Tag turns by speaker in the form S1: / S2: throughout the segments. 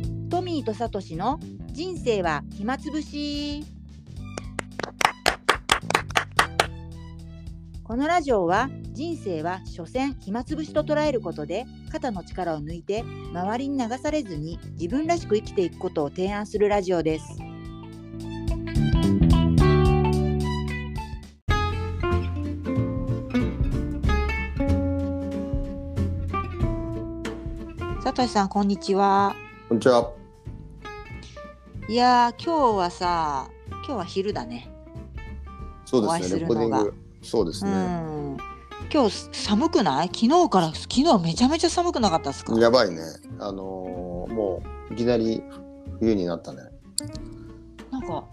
S1: ートさとしの人生は暇つぶし。このラジオは人生は所詮暇つぶしと捉えることで肩の力を抜いて周りに流されずに自分らしく生きていくことを提案するラジオです。さとしさんこんにちは。
S2: こんにちは。
S1: いやー今日はさ今日は昼だね。
S2: そうですね。レ
S1: お会いする
S2: コーデ
S1: のが
S2: ィング。そうです
S1: う
S2: ね。
S1: ん。今日寒くない？昨日から昨日めちゃめちゃ寒くなかったですか？
S2: やばいね。あのーもういきなり冬になったね。
S1: なんか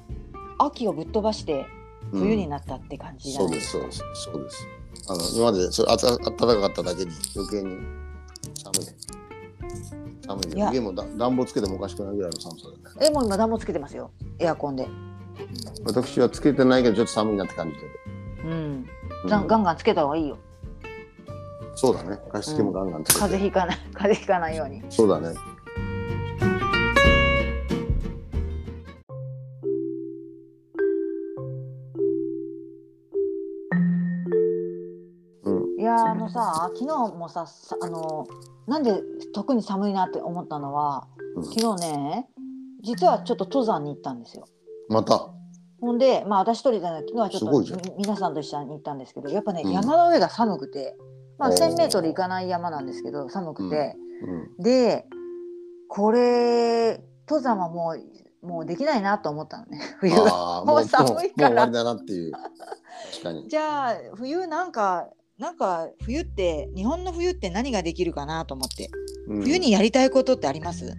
S1: 秋をぶっ飛ばして
S2: うん
S1: 冬になったって感じだ
S2: そう
S1: ね
S2: で。すそうですそうです。あの今までそれあた暖かかっただけに余計に寒いね。寒い
S1: い
S2: ね。
S1: や
S2: 家もだ暖房つけてもおかしくないぐらいの寒さだね。
S1: えもう今暖房つけてますよ。エアコンで。
S2: 私はつけてないけどちょっと寒いなって感じてる。
S1: うん。
S2: うん
S1: ガンガンガンつけた方がいいよ。
S2: そうだね。加湿器もガンガンつけて。
S1: 風邪ひかない 風邪ひかないように。
S2: そうだね。うん、
S1: いやーあのさ昨日もささあのなんで特に寒いなって思ったのは
S2: うん
S1: 昨日ね実はちょっと登山に行ったんですよ。
S2: また。
S1: ほんで、まあ、私一人じゃない昨日はちょ
S2: すご
S1: っ
S2: いじゃん
S1: とみ皆さんと一緒に行ったんですけどやっぱね、
S2: うん
S1: 山の上が寒くて、まあ、
S2: おー
S1: 1,000m 行かない山なんですけど寒くて、
S2: うん、
S1: でこれ登山はもうもうできないなと思ったのね 冬は。
S2: ああ、
S1: も
S2: も
S1: う
S2: う
S1: 寒いから
S2: もうもう終わりだなっていう。確かに。
S1: じゃあ冬なんかなんか冬って日本の冬って何ができるかなと思って
S2: うん
S1: 冬にやりたいことってあります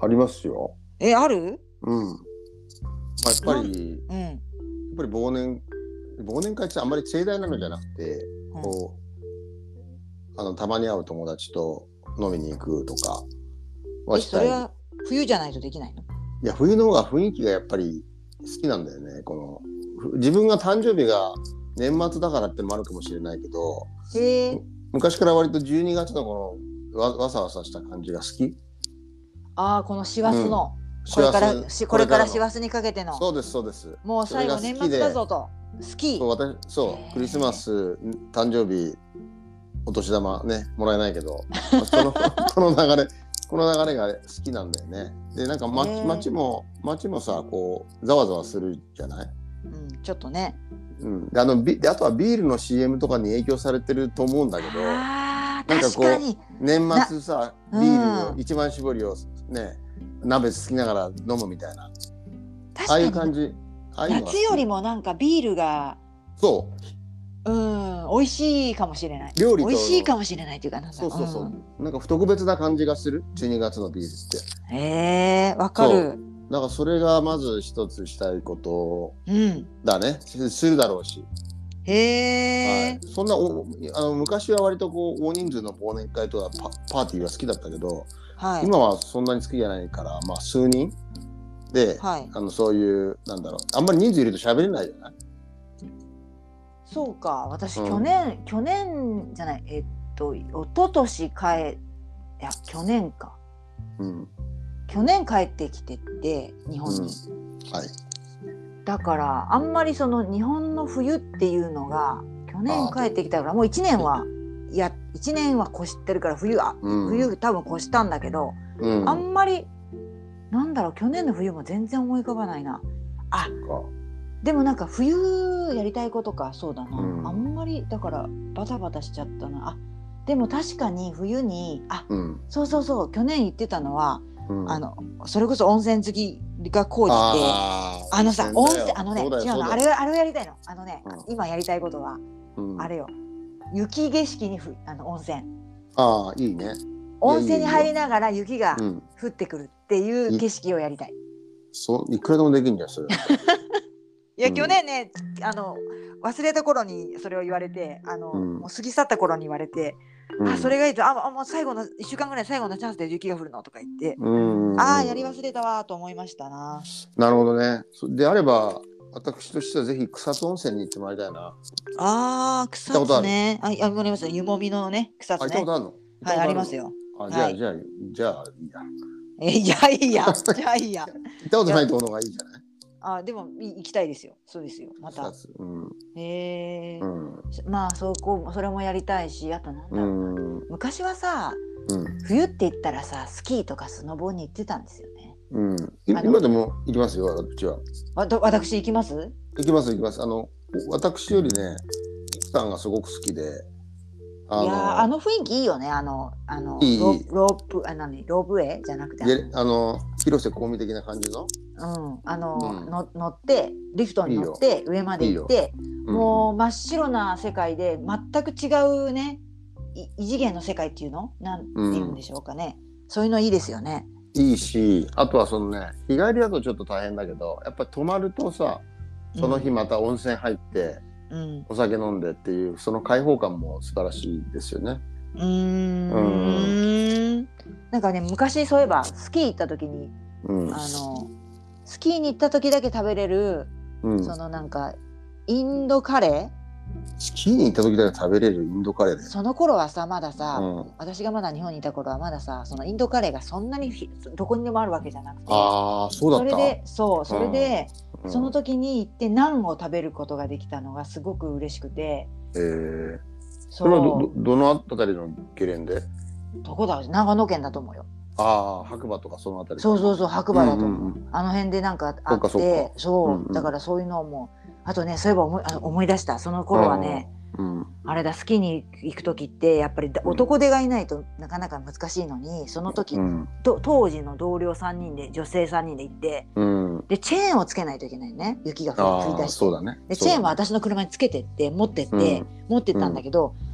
S2: ありますよ。
S1: えある
S2: うん。まあ、やっぱり、やっ
S1: うん、
S2: ぱり忘年。忘年会ってあんまり盛大なのじゃなくて、
S1: うん
S2: こう。あの、たまに会う友達と飲みに行くとか。は
S1: え
S2: し
S1: そ
S2: たい。
S1: れは冬じゃないとできないの
S2: いや冬の方が雰囲気がやっぱり好きなんだよねこのふ自分が誕生日が年末だからってのもあるかもしれないけど
S1: へえ
S2: 昔から割と12月のこのわわさわさした感じが好き
S1: ああこの師走の、こ
S2: 幸
S1: れ
S2: せ
S1: からしこれから師
S2: の
S1: 走にかけての
S2: そうですそうです
S1: もう最後
S2: それ
S1: 年
S2: が好きで
S1: 末だぞと好き
S2: そう私そうクリスマス誕生日お年玉ねもらえないけど そのこの流れこの流れが好きなんだよねでなんか街,、
S1: ね
S2: 街も街もさこうざわざわするじゃない
S1: うん、ちょっとね
S2: うん、であのビであとはビールの CM とかに影響されてると思うんだけど
S1: あー
S2: なんか
S1: 確
S2: こう
S1: かに
S2: 年末さビ
S1: な
S2: ール
S1: う
S2: を
S1: ん
S2: 一番搾りをね鍋つきながら飲むみたいな
S1: 確
S2: ああいう
S1: か
S2: 感
S1: に
S2: じああいうのが
S1: 夏よりもなんかビールが
S2: そ
S1: うん美味しいかもしれない
S2: 料理
S1: 美
S2: と
S1: 味しいかもしれないというかなん
S2: う
S1: か
S2: そうそうそう、
S1: ん
S2: なんか不特別な感じがする12月のビールって
S1: へえわか
S2: そ
S1: る
S2: うだからそれがまず一つしたいこと
S1: うん
S2: だねすするだろうし、
S1: へ
S2: は
S1: え
S2: い、そんなおあの昔は割とこう大人数の忘年会とかパパーティーは好きだったけど、
S1: はい
S2: 今はそんなに好きじゃないから、まあ、数人で、
S1: はい
S2: あのそういうなんだろうあんまり人数いると喋れないじゃない
S1: そうか私
S2: うん
S1: 去年去年じゃないえっと一昨年帰いや去年か
S2: うん
S1: 去年帰ってきてって日本に、
S2: うんはい
S1: だからあんまりその日本の冬っていうのが去年帰ってきたからもう1年はいや1年は越してるから冬あ
S2: うん
S1: 冬多分越したんだけど、
S2: うん
S1: あんまりなんだろう去年の冬も全然思い浮かばないな
S2: か
S1: でもなんか冬やりたいことかそうだな、
S2: うん
S1: あんまりだからバタバタしちゃったなあでも確かに冬にあ
S2: うん
S1: そうそうそう去年言ってたのは、
S2: うん
S1: あのそれこそ温泉好きが高じて。
S2: あー
S1: あのさ、温
S2: 温
S1: 泉、
S2: 泉だよ
S1: あのね、違
S2: そうだよそう
S1: の、あ
S2: だよ
S1: れは、あれをやりたいの、あのね、
S2: う
S1: 今やりたいことは、
S2: うん
S1: あれよ。雪景色にふ、あの温泉、
S2: あーいいね
S1: 温泉に入りながら雪が
S2: うん
S1: 降ってくるっていう景色をやりたい。
S2: そういくらでもできるんじゃんそれ
S1: いや、
S2: うん
S1: 去年ね、あの、忘れた頃に、それを言われて、あの、
S2: うん
S1: もう過ぎ去った頃に言われて。
S2: うん
S1: あ、それがいいと、あ、あもう最後の一週間ぐらい、最後のチャンスで雪が降るのとか言って。
S2: うん
S1: ああ、やり忘れたわーと思いましたな。
S2: なるほどねそであれば私としてはぜひ草津温泉に行ってもらいたいな、
S1: ああ、
S2: 行
S1: 草
S2: ったことあ
S1: 津
S2: る
S1: ね。あ、いや、ごめんなさい、湯もみのね、草
S2: あ行
S1: 津
S2: ったこ
S1: ね。
S2: とあるの
S1: はい、あります
S2: よ
S1: よ。
S2: あじゃあ、
S1: はい
S2: じゃあじゃあいいや
S1: えいやいやいや いや
S2: 行ったことないところの方がいいじゃない
S1: あでもい行きたいですよそうですよまた
S2: 二つうん
S1: へえ
S2: うん
S1: まあそこそれもやりたいしあとなんだ
S2: う
S1: ろう、
S2: ん
S1: 昔はさ
S2: うん
S1: 冬って言ったらさスキーとかスノボに行ってたんですよね
S2: うん
S1: あの
S2: 今でも行きますよ私は
S1: わた私行きます
S2: 行きます行きますあの私よりねイキさんがすごく好きであ
S1: いやーあの雰囲気いいよねあのあの
S2: いい
S1: ロ
S2: いい
S1: ロープあ何ロープウェイじゃなくてあ
S2: いやあの広瀬香美的な感じの、
S1: の,、うん、あの
S2: うん
S1: の乗ってリフトに乗って上まで行って
S2: うん
S1: もう真っ白な世界で全く違うねい異次元の世界っていうのなんて言うんでしょうかね、そういうのいいですよね。
S2: いいしあとはそのね日帰りだとちょっと大変だけどやっぱり泊まるとさその日また温泉入って
S1: うん、
S2: お酒飲んでっていうその開放感も素晴らしいですよね。
S1: うーんんなんかね昔そういえばスキー行った時に
S2: うん
S1: あのスキーに行った時だけ食べれる
S2: うん、
S1: そのなんかインドカレー
S2: スキーに行った時だけ食べれるインドカレーで、
S1: その頃はさまださ、
S2: うん、
S1: 私がまだ日本にいた頃はまださそのインドカレーがそんなにひどこにでもあるわけじゃなくて
S2: ああそうだ
S1: そ
S2: っ
S1: れ
S2: た
S1: でそうそれで、
S2: うん
S1: その時に行ってナンを食べることができたのがすごく嬉しくて
S2: えー、そ
S1: そ
S2: れはど
S1: う
S2: どどのあたりのゲレンデ
S1: どこだ長野県だと思うよ
S2: ああ白馬とかそのあたり
S1: そうそうそう白馬だと思う、
S2: うんうん
S1: あの辺でなんかあ
S2: そっ
S1: って
S2: か
S1: そ
S2: そうっかうんうん
S1: だからそういうのもあとねそういえば思いあ思い出したその頃はね
S2: うん
S1: あれだスキーに行く時ってやっぱりだ
S2: うん
S1: 男手がいないとなかなか難しいのにその時、
S2: うん
S1: と当時の同僚3人で女性3人で行って
S2: うん
S1: でチェーンをつけないといけないね雪が降り降り
S2: ああ
S1: 出して
S2: そうだね
S1: でチェーンは私の車につけてって持ってって、
S2: うん
S1: 持ってったんだけど、
S2: うん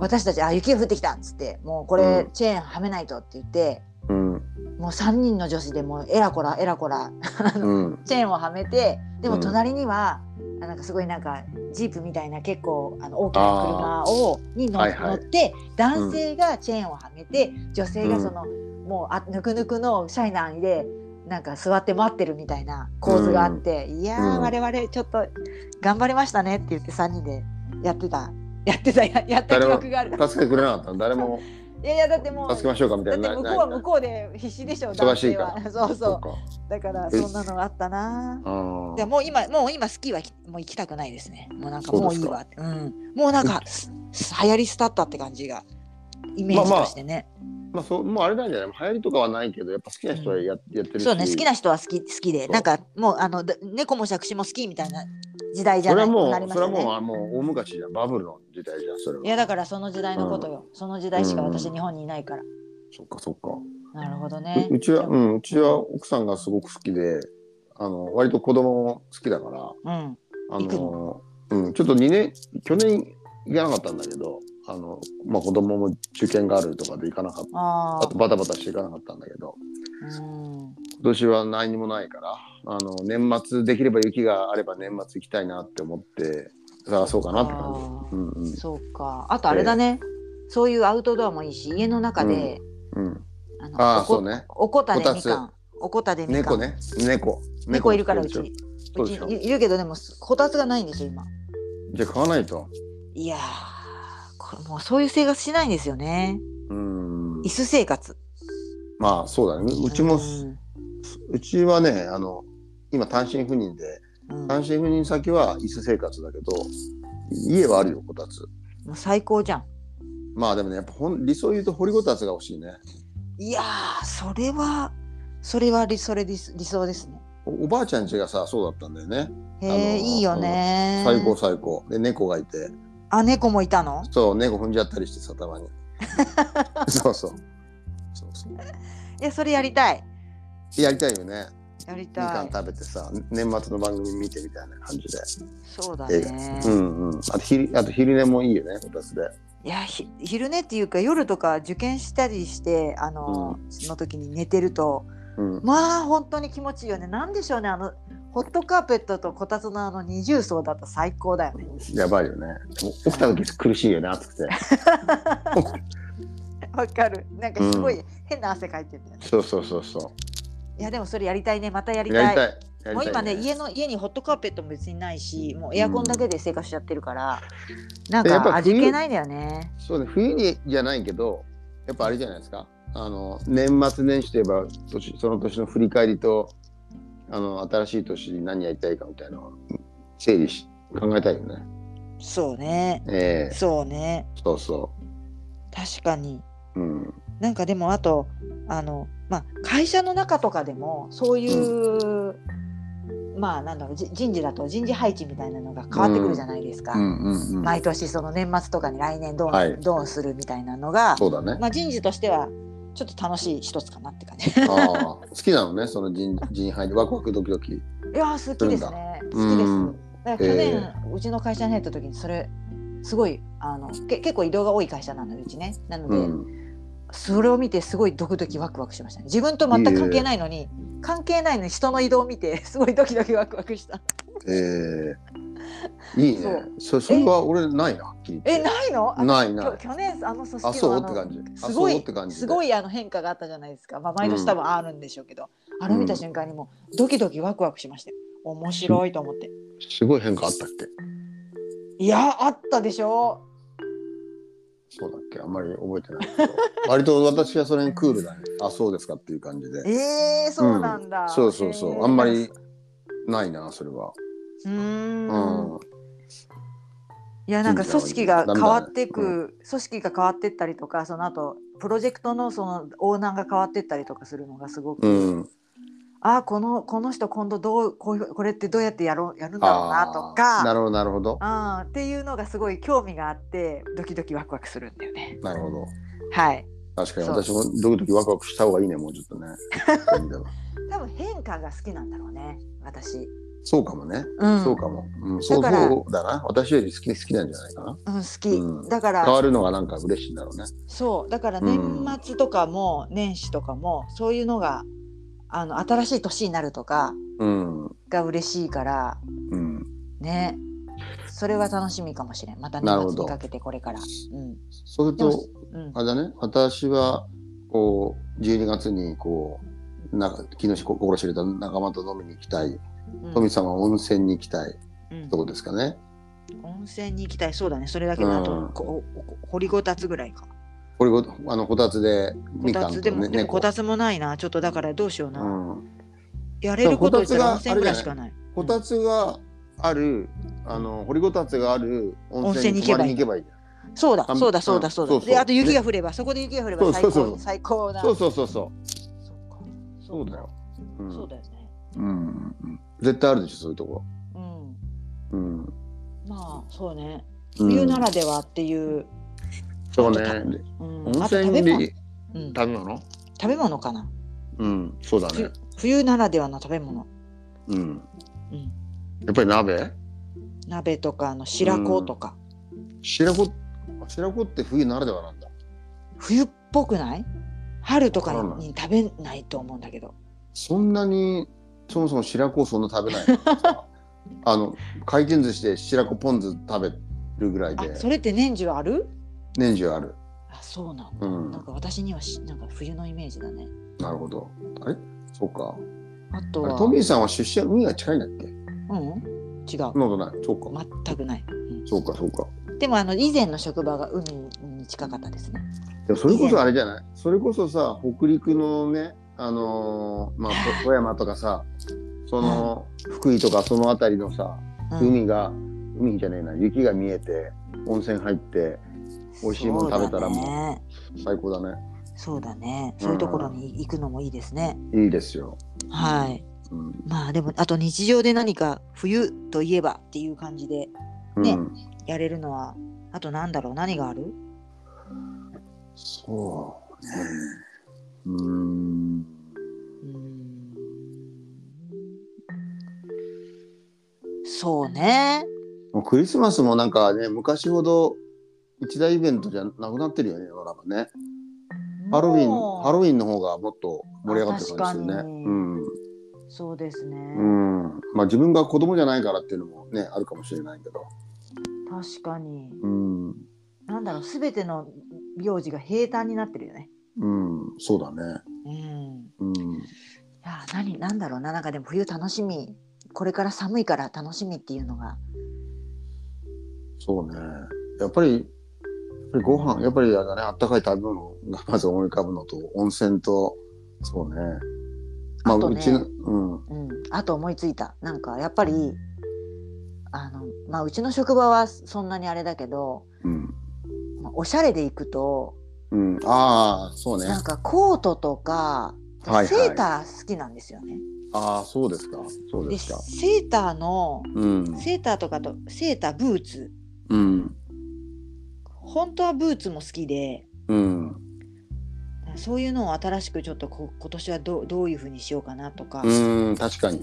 S1: 私たち「あ雪が降ってきた」っつって「もうこれ、
S2: うん
S1: チェーンはめないと」って言って
S2: うん
S1: もう3人の女子でもうえらこらえらこら
S2: うん
S1: チェーンをはめてでも
S2: うん
S1: 隣には、あなんかすごいなんかジープみたいな結構あの大きな車
S2: あ
S1: をに乗,、
S2: はいはい
S1: 乗って男性がチェーンをはめて女性がその、もうあぬくぬくのシャイナーでなんか座って待ってるみたいな構図があって、いやー、
S2: うん
S1: 我々ちょっと頑張りましたねって言って3人でやってたやってたややった記
S2: 誰も
S1: 憶がある。
S2: 助けてくれなかったの誰も
S1: いやいやだってもう
S2: 助けましょうかみた
S1: だっ
S2: い
S1: て
S2: な
S1: 向
S2: な
S1: こう
S2: い
S1: は
S2: な
S1: 向こうで必死でしょ
S2: 忙しいから
S1: 男性はそう
S2: そ
S1: そう
S2: うか
S1: だからそんなのがあったな
S2: あ
S1: で
S2: ー
S1: もう今もう今スキーは行きもう行きたくないですね。もうなんか
S2: そう
S1: も
S2: で
S1: うい
S2: す
S1: い
S2: か
S1: わって。うん。もうなんかすす流行り廃ったって感じがイメージとしてね。
S2: まあそうもうあれなんじゃない流行りとかはないけどやっぱ好きな人はや,、やってるし
S1: そうね好きな人は好き好きで
S2: そう
S1: なんかもうあのだ猫も杓子も好きみたいな時代じ
S2: そ
S1: ゃ
S2: れ
S1: な
S2: はいも
S1: なり
S2: う
S1: ま
S2: そ
S1: し
S2: れ
S1: た
S2: はもう
S1: ね。
S2: あもう大昔じゃんバブルの時代じゃんそれはい
S1: やだからその時代のことよ。その時代しか私
S2: うん
S1: 日本にいないから。
S2: そっかそっか
S1: なるほどね
S2: う。うちは、うん、うちは奥さんがすごく好きで、あの、割と子供も好きだか
S1: う
S2: ら、
S1: ん。
S2: あ
S1: 行く
S2: の、うん、ちょっと2年、去年行かなかったんだけど、あの、まあ子供も受験があるとかで行かなかっ
S1: あ
S2: た、あとバタバタして行かなかったんだけど、
S1: あ。うん。
S2: 今年は何にもないから、あの、年末できれば雪があれば年末行きたいなって思って探そうかなって感じ。うんうん
S1: そうか。あとあれだね。そういうアウトドアもいいし家の中で、
S2: うん。
S1: あの
S2: ああ、
S1: おこ
S2: そうね。
S1: おこたで
S2: こた
S1: み
S2: つ
S1: かん。おこたでみかん。
S2: 猫ね。猫。
S1: 猫いるからう
S2: 好き
S1: ち
S2: でしょ
S1: に
S2: そうう
S1: ち
S2: でしょ
S1: にいるけどでもこたつがないんですよ今
S2: じゃあ買わないと。
S1: いやーこれもうそういう生活しないんですよね
S2: うん
S1: 椅。子生活
S2: まあそうだね。うちも
S1: うん
S2: うちはね、あの、今単身赴任で、
S1: うん
S2: 単身赴任先は椅子生活だけど、家はあるよ、こたつ。
S1: もう最高じゃん
S2: まあでもね、やっぱほん理想言うと掘りごたつが欲しいね。
S1: いやーそれはそれは理それ理理想ですね
S2: おおばあちゃん家がさ、そうだったんだよね。
S1: へえ、
S2: あのー
S1: いいよね
S2: 最高最高。で、猫がいて、
S1: あ猫もいたの
S2: そう、猫踏んじゃったりしてさ、たまに。そうそう。そうそう。
S1: いやそれやりたい
S2: やりたいよね。
S1: やり
S2: みか
S1: た
S2: ん
S1: い
S2: 食べてさ、年末の番組見てみたいな感じで。
S1: そうだ
S2: 映
S1: ね、
S2: うんうん。あと昼、あと昼寝もいいよね、こたつで。
S1: いやひ昼寝っていうか夜とか受験したりしてあのー、その時に寝てると
S2: うん。
S1: まあ本当に気持ちいいよね。なんでしょうねあのホットカーペットとこたつのあの二重層だと最高だよね。
S2: やばいよね。お起きた時苦しいよね、暑くて。
S1: わかる。なんかすごい変な汗かいてるんだよね。
S2: そうそうそうそ
S1: いやでもそれやりたいね。またやり
S2: う。
S1: たい。
S2: やりたい。やりたい
S1: もう今ね家の家にホットカーペットも別にないし、もうエアコンだけで生活しちゃってるから、なん
S2: やっ
S1: か
S2: ぱ冬
S1: 味気ないんだよね。
S2: そうね、冬にじゃないけど、やっぱあれじゃないですかあの年末年始といえば年その年の振り返りとあの新しい年に何やりたいかみたいなのを整理し考えたいよね。
S1: そうね
S2: ええ
S1: そうね
S2: そうそ
S1: 確かに
S2: う。うん、
S1: なんかでもあとあの、まあ、会社の中とかでもそういう、まあなんだろうじ人事だと人事配置みたいなのが変わってくるじゃないですか、
S2: うんうんうん、
S1: 毎年その年末とかに来年どう,、
S2: はい
S1: どうするみたいなのが、
S2: そうだね。
S1: まあ、人事としてはちょっと楽しい一つかなって感じい
S2: ああ好きなのねその人人配でワクワクドキドキ。
S1: やー好きですね好
S2: するんだ
S1: きで
S2: うん
S1: すだから去年、
S2: え
S1: うちの会社に入った時にそれすごいあのけ結構移動が多い会社なのでうちねなの
S2: う
S1: で、
S2: ん、
S1: それを見てすごいドキドキワクワクしましたね自分と全く関係ないのに、関係ないのに人の移動を見てすごいドキドキワクワクした
S2: ええいいね
S1: そう。
S2: そそれは俺ないなはっきり言っ
S1: え
S2: て
S1: ないのあの
S2: ない
S1: き
S2: な
S1: ょ
S2: い。
S1: 去年あの組織の
S2: あそう
S1: あの
S2: って感じ。あ
S1: す
S2: そ
S1: ご
S2: うって
S1: い
S2: 感じで。
S1: すごいあの変化があったじゃないですか、まあ、毎年多分あるんでしょうけど、あれを見た瞬間にもうドキドキワクワクしましたよ面白いと思って
S2: すごい変化あったっけ
S1: いやあったでしょ
S2: そうだっけあんまり覚えてないけど 割と私はそれにクールだねあそうですかっていう感じで
S1: えー、そうなんだ、
S2: そうそうそ
S1: へ
S2: う
S1: ー
S2: あんまりないなそれは
S1: うー
S2: うんん、
S1: いやなんか組織が
S2: ダ
S1: 変
S2: メだね
S1: わってく、組織が変わってったりとかその後プロジェクトのそのオーナーが変わってったりとかするのがすごく、
S2: うん
S1: ああこのこの人今度どうこういうこれってどうやってやろうやるんだろうなと
S2: あーな
S1: か
S2: るほどなるほど
S1: あーっていうのがすごい興味があってドキドキワクワクするんだよね。
S2: なるほど
S1: はい、
S2: 確かに
S1: そう
S2: 私もドキドキワクワクした方がいいねもうちょっとねそういう意味では
S1: 多分変化が好きなんだろうね私、
S2: そうかもね、
S1: うん
S2: そうかも、うん、そう
S1: だから
S2: そうだな私より好き好きなんじゃないかな
S1: うん、好き、
S2: うん
S1: だから
S2: 変わるのがなんか嬉しいんだろうね
S1: そうだから
S2: うん
S1: 年末とかも年始とかもそういうのがあの新しい年になるとか
S2: うん
S1: が嬉しいから
S2: うん
S1: ねそれは楽しみかもしれんまた
S2: な
S1: 年末
S2: るほど
S1: にかけてこれからうん
S2: そうする
S1: でも
S2: と
S1: うん
S2: あれだね、私は、こう、12月に、こう、な昨日心知れた仲間と飲みに行きたい、
S1: うん
S2: 富さんは温泉に行きたい
S1: うん
S2: とこですかね。
S1: 温泉に行きたいそうだねそれだけのあ
S2: うん
S1: とこお掘りごたつぐらいか
S2: これご、あの、こたつで、
S1: こ
S2: み
S1: た
S2: かん
S1: つ
S2: と
S1: でもで
S2: ね、
S1: もこ
S2: 猫。
S1: たつもないなちょっとだからどうしよう
S2: う、
S1: なんやれることをしたら温泉ぐらいし
S2: でも
S1: かない
S2: こたつがある、あの、掘りごたつがある温泉に
S1: 温泉に行け
S2: 泊
S1: ば
S2: ま
S1: い
S2: り
S1: い
S2: に行けばいいじゃん。
S1: そうだ
S2: あ
S1: そうだ
S2: うん
S1: そうだそう
S2: そ
S1: だ
S2: うそう
S1: であと雪が降ればそこで雪が降れば最
S2: そうそうそ
S1: 高
S2: う
S1: 最高な
S2: そうそうそうそう。
S1: そっか
S2: そうだよ。うん、
S1: そうだよね。
S2: うんうんうん。絶対あるでしょ、そういうとこ
S1: うん。
S2: ろ。うん。
S1: まあそうね。
S2: うん
S1: 冬ならではっていう。
S2: そう
S1: あと
S2: ね。で
S1: た。うん、
S2: 温
S1: あと食べ
S2: 泉
S1: 物、
S2: に
S1: うん。
S2: 食べ物
S1: 食べ物かな。
S2: うん、そうだね
S1: ふ。冬ならではの食べ物。
S2: うん。
S1: うん。
S2: やっぱり鍋
S1: 鍋とかあの白子とか、
S2: 白子白子って冬ならではなんだ
S1: 冬っぽくない？春とか
S2: わかんな
S1: に食べないと思うんだけど。
S2: そんなにそもそも白子をそんな食 べないのあの回転寿司で白子ポン酢食べるぐらい
S1: あ
S2: で、
S1: それって年中ある？
S2: 年中ある
S1: あ、そうなんだ。
S2: うん
S1: なんか私にはしなんか冬のイメージだね。
S2: なるほどあれそうか
S1: あと
S2: あれ
S1: は、
S2: トミーさんは出身は海が近いんだっけ
S1: うん、違う
S2: そ。んなことないそうか、
S1: 全くない。うん
S2: そうかそうか
S1: でもあの以前の職場が海に近かったですね。
S2: でもそれこそあれじゃないそれこそさ北陸のねあのーまあと富山とかさその福井とかその辺りの
S1: う
S2: さ、
S1: ん
S2: 海が海じゃねえな雪が見えて温泉入って美味しいもの食べたらもう最高だね
S1: そうだねそうだねそういうところに行くのもいいですね、
S2: いいですよ、
S1: はい
S2: うん
S1: まあでもあと日常で何か冬といえばっていう感じでね
S2: うん、
S1: やれるのはあとなんだろう何がある
S2: そうねうー
S1: うー
S2: ん
S1: んそうね
S2: もうクリスマスもなんかね昔ほど一大イベントじゃなくなってるよね世の中ねハロウィンハ
S1: ウ
S2: ロウィンの方がもっと盛り上がってる感じする
S1: 確か
S2: ね
S1: に
S2: うん
S1: ィンそうですね、
S2: うんまあ自分が子供じゃないからっていうのもねあるかもしれないけど
S1: 確かに
S2: うん
S1: なんだろう全ての行事が平坦になってるよね
S2: うんそうだね
S1: うん
S2: うん
S1: いやー何なんだろうななんかでも冬楽しみこれから寒いから楽しみっていうのが
S2: そうね。やっぱりぱりご飯、やっぱりあれだね、あったかい食べ物がまず思い浮かぶのと、温泉と、そうね。まあ、
S1: あと
S2: う
S1: ね
S2: ちの、うん。
S1: うん、あと思いついたなんかやっぱりあの、まあ、うちの職場はそんなにあれだけど、
S2: うん。
S1: まあおしゃれで行くと
S2: うん。ああ、そうね。
S1: なんかコートとか
S2: はいはい
S1: セーター好きなんですよね。
S2: ああ、そうですか。そう
S1: で
S2: ですか。
S1: セーターの
S2: うん。
S1: セーターとかとセーターブーツ
S2: うん。
S1: 本当はブーツも好きで
S2: うん。
S1: そういうのを新しくちょっとこ今年はどうどういうふうにしようかなとか、
S2: うん、確かに。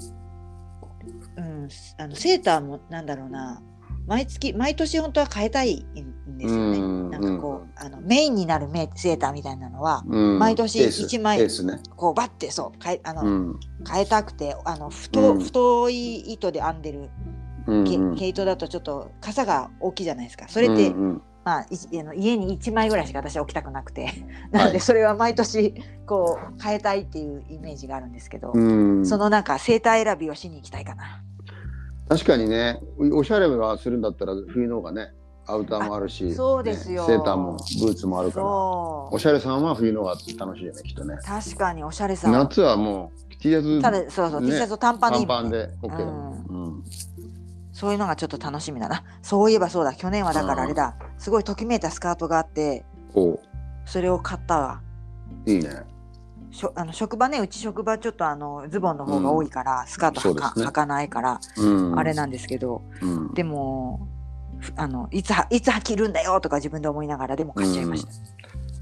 S1: うん、あのセーターもなんだろうな毎月毎年本当は変えたいんですよね。
S2: うん
S1: なんかこうあのメインになるメセーターみたいなのは
S2: うん。
S1: 毎年
S2: エース
S1: 一枚
S2: エースね。
S1: こうバッてそう変えあの、
S2: うん。
S1: 変えたくてあの太,、
S2: うん
S1: 太い糸で編んでる
S2: うん
S1: け
S2: うん。
S1: 毛糸だとちょっと傘が大きいじゃないですかそれって、
S2: うんうん
S1: まあ、いちあの家に1枚ぐらいしか私は置きたくなくて
S2: はい
S1: なのでそれは毎年こう変えたいっていうイメージがあるんですけど、
S2: うん、
S1: そのなんかセーター選びをしに行きたいかな。
S2: 確かにねおおしゃれがするんだったら冬の方がねアウターもあるし
S1: あそうですよ
S2: ねセーターもブーツもあるから
S1: そう
S2: おしゃれさんは冬の方が楽しいよねきっとね
S1: 確かにおしゃれさん
S2: 夏はもう T シャツ
S1: ただそうそう、
S2: ね
S1: T シャツと短パンでいいも
S2: パ
S1: ん
S2: ン
S1: ね
S2: で OK だもん、うん
S1: そういうのがちょっと楽しみだなそういえばそうだ去年はだからあれだすごいときめいたスカートがあって
S2: お
S1: それを買ったわ
S2: いいね
S1: しょあの職場ねうち職場ちょっとあのズボンの方が多いから、スカート
S2: そ
S1: は
S2: うで
S1: か,、
S2: すね
S1: 履かないから、
S2: うん
S1: あれなんですけど
S2: うん
S1: でもふあのいつはいつ着るんだよとか自分で思いながらでも買っちゃいました、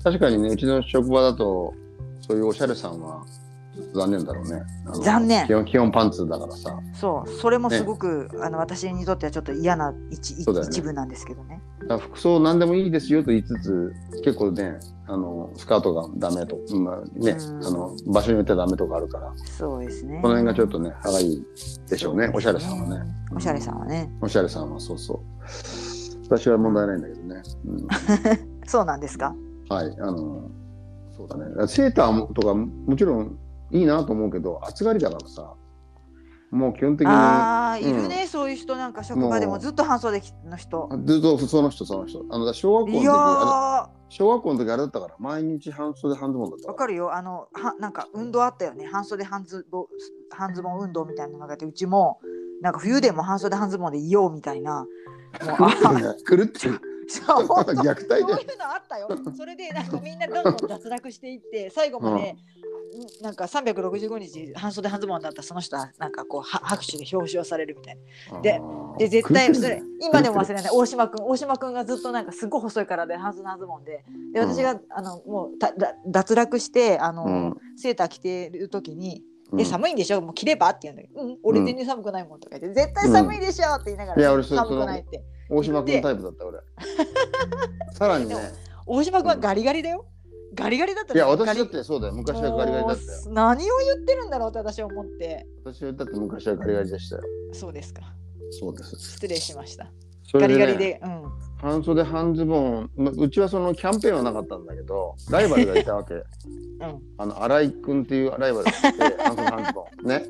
S2: 確かにねうちの職場だとそういうおしゃれさんはちょっと残念だろうねあの
S1: 残念
S2: 基本基本パンツだからさ
S1: そうそれもすごく、あの私にとってはちょっと嫌な一,、
S2: そうだよね
S1: 一部なんですけどね
S2: だから服装何でもいいですよと言いつつ結構ねあのスカートがダメと、まあね
S1: うん
S2: あの場所によってはダメとかあるからこ
S1: そうですね
S2: の辺がちょっ
S1: と
S2: とね歯がいいでしょうねおしゃれさんはね
S1: おしゃれさんはね
S2: おしゃれさんはそうそう私は問題ないんだけどね、うん、
S1: そうなんですか
S2: はいあのそうだねだからセーターもとかももちろんいいなと思うけど暑がりだからさもう基本的に
S1: あー
S2: う
S1: い
S2: ん
S1: るね、そういう人なんか職場でもずっと半袖の人
S2: ずっとその人その人あのだから小学校の
S1: い
S2: 時
S1: やー
S2: あれ
S1: わ
S2: 小学校の時あれだったから毎日半袖半ズボンだったから
S1: かるよあのはなんか運動あったよね半袖半ズボン半ズボン運動みたいなのがあってうちもなんか冬でも半袖半ズボンでいようみたいなもうあ
S2: 狂ってる。
S1: そう本当
S2: 虐待
S1: そ
S2: だ
S1: ういう
S2: よ。
S1: のあったよそれでなんかみんなどんどん脱落していって最後まで、うんなんか365日半袖半ズボンだったその人はなんかこうは拍手で表彰されるみたいな でで絶対それ今でも忘れない大島君大島君がずっとなんかすごい細い体で半袖半ズボンでで
S2: うん
S1: 私が、あのもうただ脱落してあの、
S2: うん
S1: セーター着てる時に「
S2: うん
S1: え寒いんでしょもう着れば?」って言うんだけど「うん俺全然寒くないもん」とか言って「絶対寒いでしょ」って言いなが
S2: うんい
S1: ら、
S2: や俺それ
S1: 寒くないって
S2: 大島君タイプだっ た俺。さらにね。
S1: 大島君はガリガリだよガリガリだった
S2: い
S1: ね
S2: や私
S1: ガリ
S2: だってそうだよ。昔はガリガリだったよ。
S1: もう何を言ってるんだろうって私は思って
S2: 私だって昔はガリガリでしたよ。
S1: そうですか
S2: そうです。
S1: 失礼しました、
S2: そ
S1: ガ
S2: れ
S1: リ
S2: ね
S1: ガリ。でうん
S2: 半袖半ズボン、まうちはそのキャンペーンはなかったんだけど、ライバルがい たわけ。
S1: うん
S2: あの新井君っていうライバルがい て、半袖半ズボン。ね。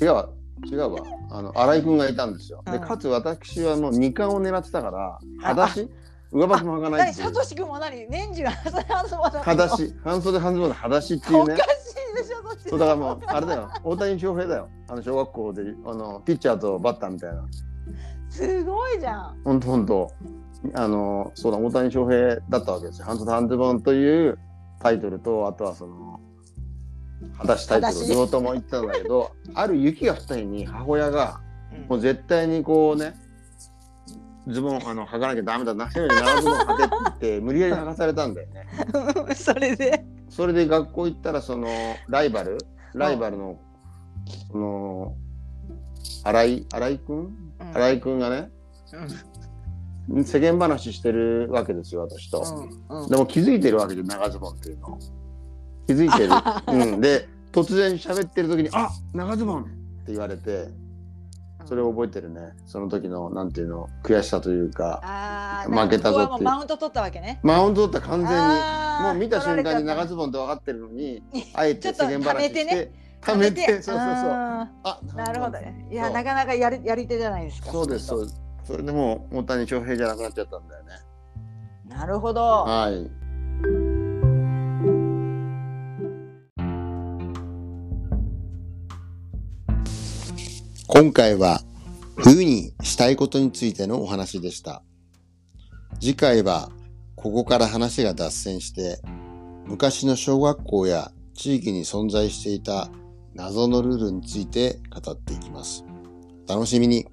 S2: あ違うわ。違うわあの新井君がいたんですよ。
S1: う
S2: で
S1: ん
S2: かつ私はもう二冠を狙ってたから
S1: あ
S2: 裸足上履きも履かない
S1: 何
S2: っていう
S1: サトシ君は何年中半袖半ズボンだった
S2: 裸
S1: の
S2: 足半袖半ズボンで裸足ってい
S1: お
S2: う
S1: か
S2: ね
S1: しいでしょ、そっち
S2: そうだからもうあれだよ大谷翔平だよあの小学校であのピッチャーとバッターみたいな
S1: すごいじゃん。
S2: ほんとほんとあのそうだ大谷翔平だったわけですよ半袖半ズボンというタイトルとあとはその裸足タイト
S1: 裸
S2: ル
S1: 足
S2: 両方とも言ってたんだけどある雪が降った日に母親がもう絶対にこうねズボンあの履かなきゃダメだな長ズボン履けって 言って無理やり履かされたんだよね。
S1: うんそれで。
S2: それで学校行ったらそのライバルライバルのその新井新井くん
S1: うん
S2: 新井くんがね世間話してるわけですよ私と、
S1: うんうん
S2: でも気づいてるわけで長ズボンっていうの気づいてる、うん、で突然喋ってる時に「あ長ズボン!」って言われてそれを覚えてるねその時のなんていうの悔しさというか
S1: あ
S2: 負けたぞっていう
S1: ってマウント取ったわけね。
S2: マウント取った完全に
S1: あー
S2: もう見た瞬間に長
S1: 取
S2: ズボンって分かってるのにあえ
S1: ちょっ
S2: て
S1: と
S2: 世間話し
S1: ためて
S2: て
S1: ね
S2: た
S1: られ
S2: め
S1: ち
S2: て
S1: ゃった
S2: そうそうそう
S1: あ
S2: あ
S1: ーなるほどね。いや、
S2: そう
S1: なかなかやるやり手じゃないですか。。
S2: そうですそううですそれでもう大谷翔平じゃなくなっちゃったんだよね
S1: なるほど。
S2: はい。今回は冬にしたいことについてのお話でした。次回はここから話が脱線して昔の小学校や地域に存在していた謎のルールについて語っていきます。お楽しみに。